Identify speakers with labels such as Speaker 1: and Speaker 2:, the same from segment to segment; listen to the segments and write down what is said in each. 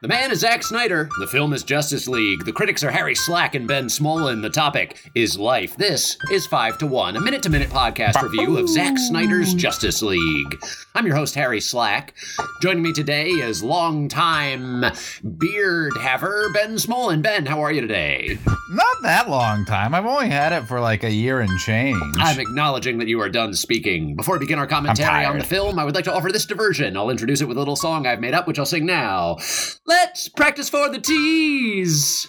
Speaker 1: The man is Zack Snyder. The film is Justice League. The critics are Harry Slack and Ben Smolin. The topic is life. This is 5 to 1, a minute to minute podcast review of Zack Snyder's Justice League. I'm your host, Harry Slack. Joining me today is longtime beard haver, Ben Smolin. Ben, how are you today?
Speaker 2: Not that long time. I've only had it for like a year and change.
Speaker 1: I'm acknowledging that you are done speaking. Before we begin our commentary
Speaker 2: tired.
Speaker 1: on the film, I would like to offer this diversion. I'll introduce it with a little song I've made up, which I'll sing now. Let's practice for the tease.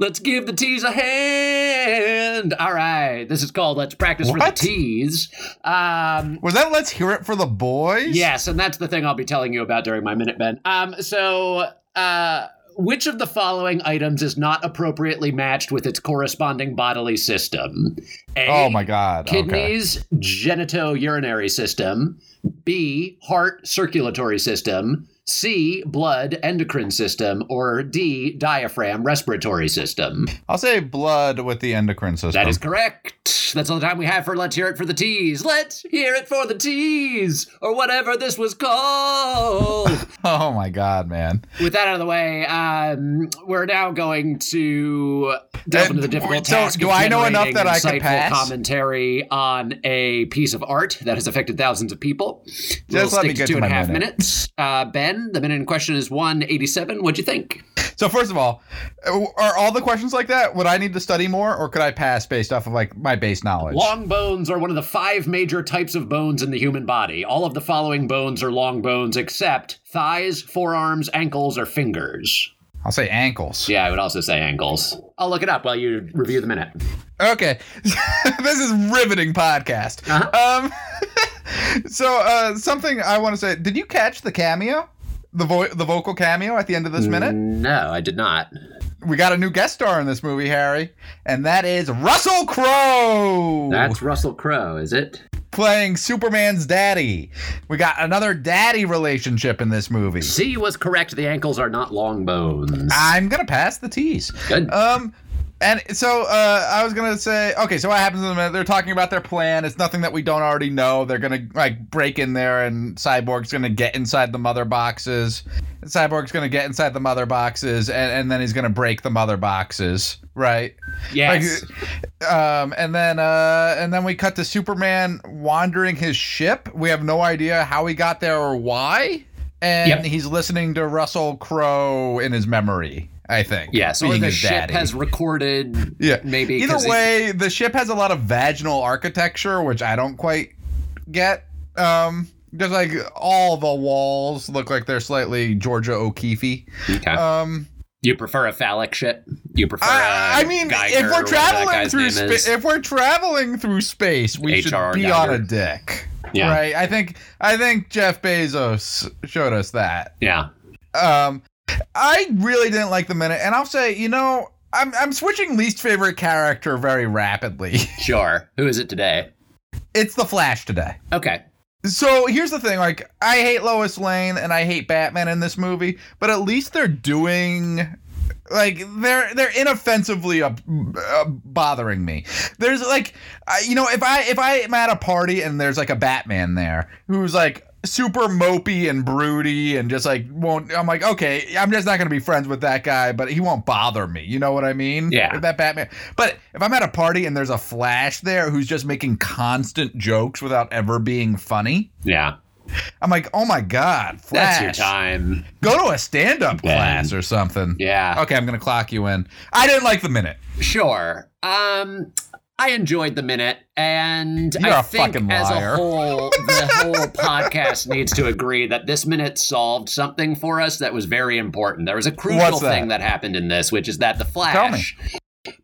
Speaker 1: Let's give the tease a hand. All right, this is called "Let's Practice for
Speaker 2: What?
Speaker 1: the Tease." Um,
Speaker 2: Was that let's hear it for the boys?
Speaker 1: yes, and that's the thing I'll be telling you about during my minute, Ben. Um, so, uh, which of the following items is not appropriately matched with its corresponding bodily system? A,
Speaker 2: Oh my god. Okay.
Speaker 1: kidneys, genito urinary system, B, heart circulatory system, C, blood endocrine system, or D, diaphragm respiratory system.
Speaker 2: I'll say blood with the endocrine system.
Speaker 1: That is correct. That's all the time we have for Let's Hear It for the Tease. Let's Hear It for the Tease, or whatever this was called.
Speaker 2: Oh my god, man.
Speaker 1: With that out of the way, um, we're now going to delve
Speaker 2: And
Speaker 1: into the difficult
Speaker 2: so,
Speaker 1: task.
Speaker 2: do
Speaker 1: of
Speaker 2: I know enough
Speaker 1: generating
Speaker 2: that I can
Speaker 1: insightful
Speaker 2: pass?
Speaker 1: commentary on a piece of art that has affected thousands of people? we'll
Speaker 2: Just let
Speaker 1: stick
Speaker 2: me
Speaker 1: to
Speaker 2: get
Speaker 1: two
Speaker 2: to
Speaker 1: and a
Speaker 2: my
Speaker 1: half
Speaker 2: minute.
Speaker 1: minutes. Uh, ben, the minute in question is one eighty-seven. What'd you think?
Speaker 2: So first of all, are all the questions like that? Would I need to study more, or could I pass based off of like my base knowledge?
Speaker 1: Long bones are one of the five major types of bones in the human body. All of the following bones are long bones, except thighs, forearms, ankles, or fingers.
Speaker 2: I'll say ankles.
Speaker 1: Yeah, I would also say ankles. I'll look it up while you review the minute.
Speaker 2: Okay, this is riveting podcast.
Speaker 1: Uh-huh.
Speaker 2: Um, so uh, something I want to say. Did you catch the cameo, the vo- the vocal cameo at the end of this minute?
Speaker 1: No, I did not.
Speaker 2: we got a new guest star in this movie, Harry, and that is Russell Crowe
Speaker 1: That's Russell Crowe, is it?
Speaker 2: playing Superman's daddy. We got another daddy relationship in this movie.
Speaker 1: C was correct. The ankles are not long bones.
Speaker 2: I'm gonna pass the tease.
Speaker 1: Good.
Speaker 2: Um, and so uh, I was gonna say, okay, so what happens in a minute? They're talking about their plan. It's nothing that we don't already know. They're gonna like break in there, and Cyborg's gonna get inside the mother boxes. Cyborg's gonna get inside the mother boxes, and, and then he's gonna break the mother boxes, right?
Speaker 1: yes.
Speaker 2: Like, um, and then uh, and then we cut to Superman wandering his ship. We have no idea how he got there or why. And
Speaker 1: Yep.
Speaker 2: he's listening to Russell Crowe in his memory. I think.
Speaker 1: yes. Or
Speaker 2: being
Speaker 1: the
Speaker 2: his
Speaker 1: ship
Speaker 2: daddy.
Speaker 1: has recorded.
Speaker 2: Yeah.
Speaker 1: Maybe.
Speaker 2: Either
Speaker 1: 'cause it-
Speaker 2: way, the ship has a lot of vaginal architecture, which I don't quite get. Um, just like all the walls look like they're slightly Georgia O'Keeffe.
Speaker 1: Okay.
Speaker 2: Um.
Speaker 1: you prefer a phallic ship? You prefer?
Speaker 2: I,
Speaker 1: a
Speaker 2: I mean,
Speaker 1: uh, Geiger,
Speaker 2: if we're
Speaker 1: whatever that
Speaker 2: traveling
Speaker 1: guy's
Speaker 2: through
Speaker 1: name is?
Speaker 2: spa- if we're traveling through space, we
Speaker 1: HR
Speaker 2: should be
Speaker 1: Geiger.
Speaker 2: on a dick,
Speaker 1: Yeah.
Speaker 2: right? I think I think Jeff Bezos showed us that.
Speaker 1: yeah.
Speaker 2: Um, I really didn't like the minute, and I'll say, you know, I'm I'm switching least favorite character very rapidly.
Speaker 1: Sure. Who is it today?
Speaker 2: it's the Flash today.
Speaker 1: Okay.
Speaker 2: So here's the thing, like I hate Lois Lane and I hate Batman in this movie, but at least they're doing like they're they're inoffensively uh, uh, bothering me. There's like I you know if I if I am at a party and there's like a Batman there who's like super mopey and broody and just like won't I'm like okay I'm just not gonna be friends with that guy but he won't bother me you know what I mean
Speaker 1: Yeah.
Speaker 2: If that Batman but if I'm at a party and there's a Flash there who's just making constant jokes without ever being funny
Speaker 1: Yeah.
Speaker 2: I'm like oh my god Flash
Speaker 1: That's your time.
Speaker 2: go to a stand up
Speaker 1: Yeah.
Speaker 2: class or something
Speaker 1: Yeah.
Speaker 2: Okay, I'm gonna clock you in. I didn't like the minute.
Speaker 1: Sure. Um, I enjoyed the minute, and
Speaker 2: You're
Speaker 1: I
Speaker 2: a
Speaker 1: think
Speaker 2: fucking
Speaker 1: as a
Speaker 2: liar.
Speaker 1: whole, the whole podcast needs to agree that this minute solved something for us that was very important. There was a crucial
Speaker 2: What's that?
Speaker 1: thing that happened in this, which is that the
Speaker 2: Tell me.
Speaker 1: Flash,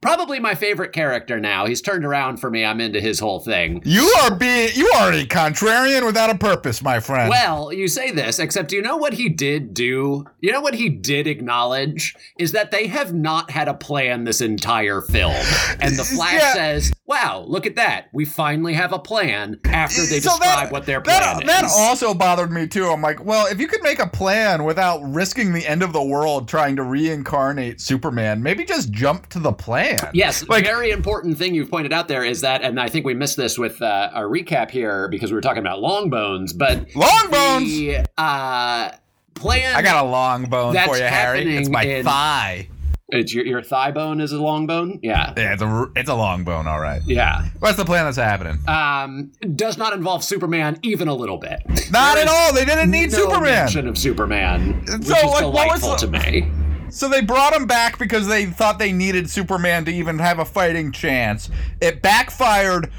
Speaker 1: probably my favorite character now, he's turned around for me. I'm into his whole thing.
Speaker 2: You are being you are a contrarian without a purpose, my friend.
Speaker 1: Well, you say this, except you know what he did do? You know what he did acknowledge? Is that they have not had a plan this entire film. And the Flash
Speaker 2: Yeah.
Speaker 1: says, wow, look at that. We finally have a plan after they
Speaker 2: So that-
Speaker 1: describe what their plan
Speaker 2: that,
Speaker 1: is.
Speaker 2: that also bothered me too. I'm like, well, if you could make a plan without risking the end of the world trying to reincarnate Superman, maybe just jump to the plan.
Speaker 1: Yes,
Speaker 2: Like-
Speaker 1: very important thing you've pointed out there is that, and I think we missed this with uh, our recap here because we were talking about long bones, but
Speaker 2: Long bones.
Speaker 1: The, uh, plan.
Speaker 2: I got a long bone
Speaker 1: That's
Speaker 2: for you, Harry.
Speaker 1: happening
Speaker 2: It's my
Speaker 1: in-
Speaker 2: thigh.
Speaker 1: It's your, your thigh bone is a long bone. Yeah.
Speaker 2: Yeah, it's a, it's a long bone, all right.
Speaker 1: Yeah.
Speaker 2: What's the plan that's happening?
Speaker 1: Um, does not involve Superman even a little bit.
Speaker 2: Not
Speaker 1: There
Speaker 2: at
Speaker 1: is
Speaker 2: all. They didn't need
Speaker 1: no
Speaker 2: Superman.
Speaker 1: mention of Superman,
Speaker 2: So,
Speaker 1: which is
Speaker 2: like, what was
Speaker 1: delightful
Speaker 2: the-
Speaker 1: to me.
Speaker 2: So they brought him back because they thought they needed Superman to even have a fighting chance. It backfired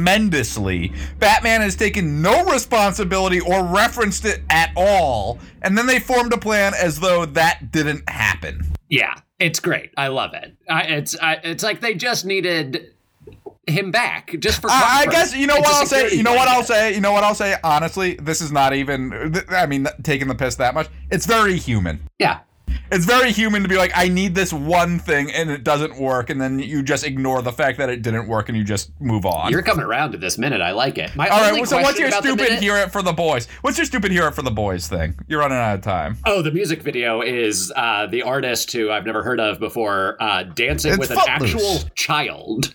Speaker 2: tremendously. Batman has taken no responsibility or referenced it at all. And then they formed a plan as though that didn't happen.
Speaker 1: Yeah, it's great. I love it. I, it's I, it's like they just needed him back just for.
Speaker 2: I, I
Speaker 1: comfort.
Speaker 2: guess you know
Speaker 1: It's
Speaker 2: what
Speaker 1: a
Speaker 2: I'll say.
Speaker 1: security
Speaker 2: You know what
Speaker 1: blanket.
Speaker 2: I'll say. You know what I'll say. Honestly, this is not even. th- I mean, th- taking the piss that much. It's very human.
Speaker 1: Yeah,
Speaker 2: It's very human to be like, I need this one thing, and it doesn't work, and then you just ignore the fact that it didn't work, and you just move on.
Speaker 1: you're coming around to this minute. I like it. My
Speaker 2: All
Speaker 1: only
Speaker 2: right. So what's
Speaker 1: question
Speaker 2: your
Speaker 1: about the
Speaker 2: stupid
Speaker 1: minute-
Speaker 2: hear it for the boys? What's your stupid hear it for the boys thing? You're running out of time.
Speaker 1: Oh, the music video is uh, the artist who I've never heard of before uh, dancing
Speaker 2: It's
Speaker 1: with an
Speaker 2: Footloose.
Speaker 1: actual child.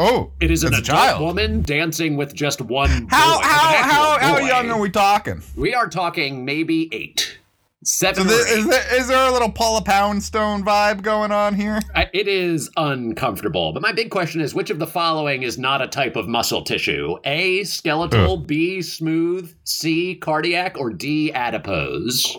Speaker 2: Oh,
Speaker 1: It is an
Speaker 2: It's a
Speaker 1: adult
Speaker 2: child.
Speaker 1: woman dancing with just one.
Speaker 2: how
Speaker 1: boy, an actual
Speaker 2: how how how
Speaker 1: boy.
Speaker 2: young are we talking?
Speaker 1: We are talking maybe eight,
Speaker 2: So
Speaker 1: seven.
Speaker 2: thi-
Speaker 1: or eight.
Speaker 2: is, there, is there a little Paula Poundstone vibe going on here?
Speaker 1: I- It is uncomfortable. But my big question is which of the following is not a type of muscle tissue? A, skeletal, B, smooth, C, cardiac, or D, adipose?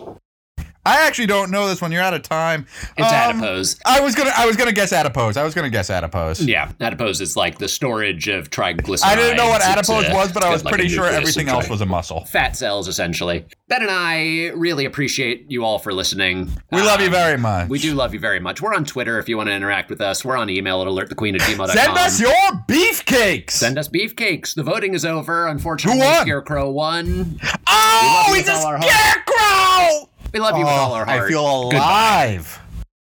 Speaker 2: I actually don't know this one. You're out of time.
Speaker 1: It's
Speaker 2: Um,
Speaker 1: adipose.
Speaker 2: I was gonna I was gonna guess adipose. I was gonna guess adipose.
Speaker 1: Yeah, adipose is like the storage of triglycerides.
Speaker 2: I didn't know what
Speaker 1: It's
Speaker 2: adipose
Speaker 1: a-
Speaker 2: was, but I
Speaker 1: it's
Speaker 2: was
Speaker 1: like a
Speaker 2: pretty sure
Speaker 1: nucleus of
Speaker 2: everything
Speaker 1: tri-
Speaker 2: else was a muscle.
Speaker 1: Fat cells, essentially. Ben and I really appreciate you all for listening.
Speaker 2: We love you
Speaker 1: Um,
Speaker 2: very much.
Speaker 1: We do love you very much. We're on Twitter if you want to interact with us. We're on email at alertthequeen at gmail.com.
Speaker 2: Send us your beefcakes.
Speaker 1: Send us beefcakes. The voting is over. Unfortunately,
Speaker 2: Who won?
Speaker 1: Scarecrow won.
Speaker 2: oh,
Speaker 1: We love you
Speaker 2: he's a
Speaker 1: with all our
Speaker 2: scarecrow!
Speaker 1: We love you with all our
Speaker 2: Oh,
Speaker 1: heart.
Speaker 2: I feel alive.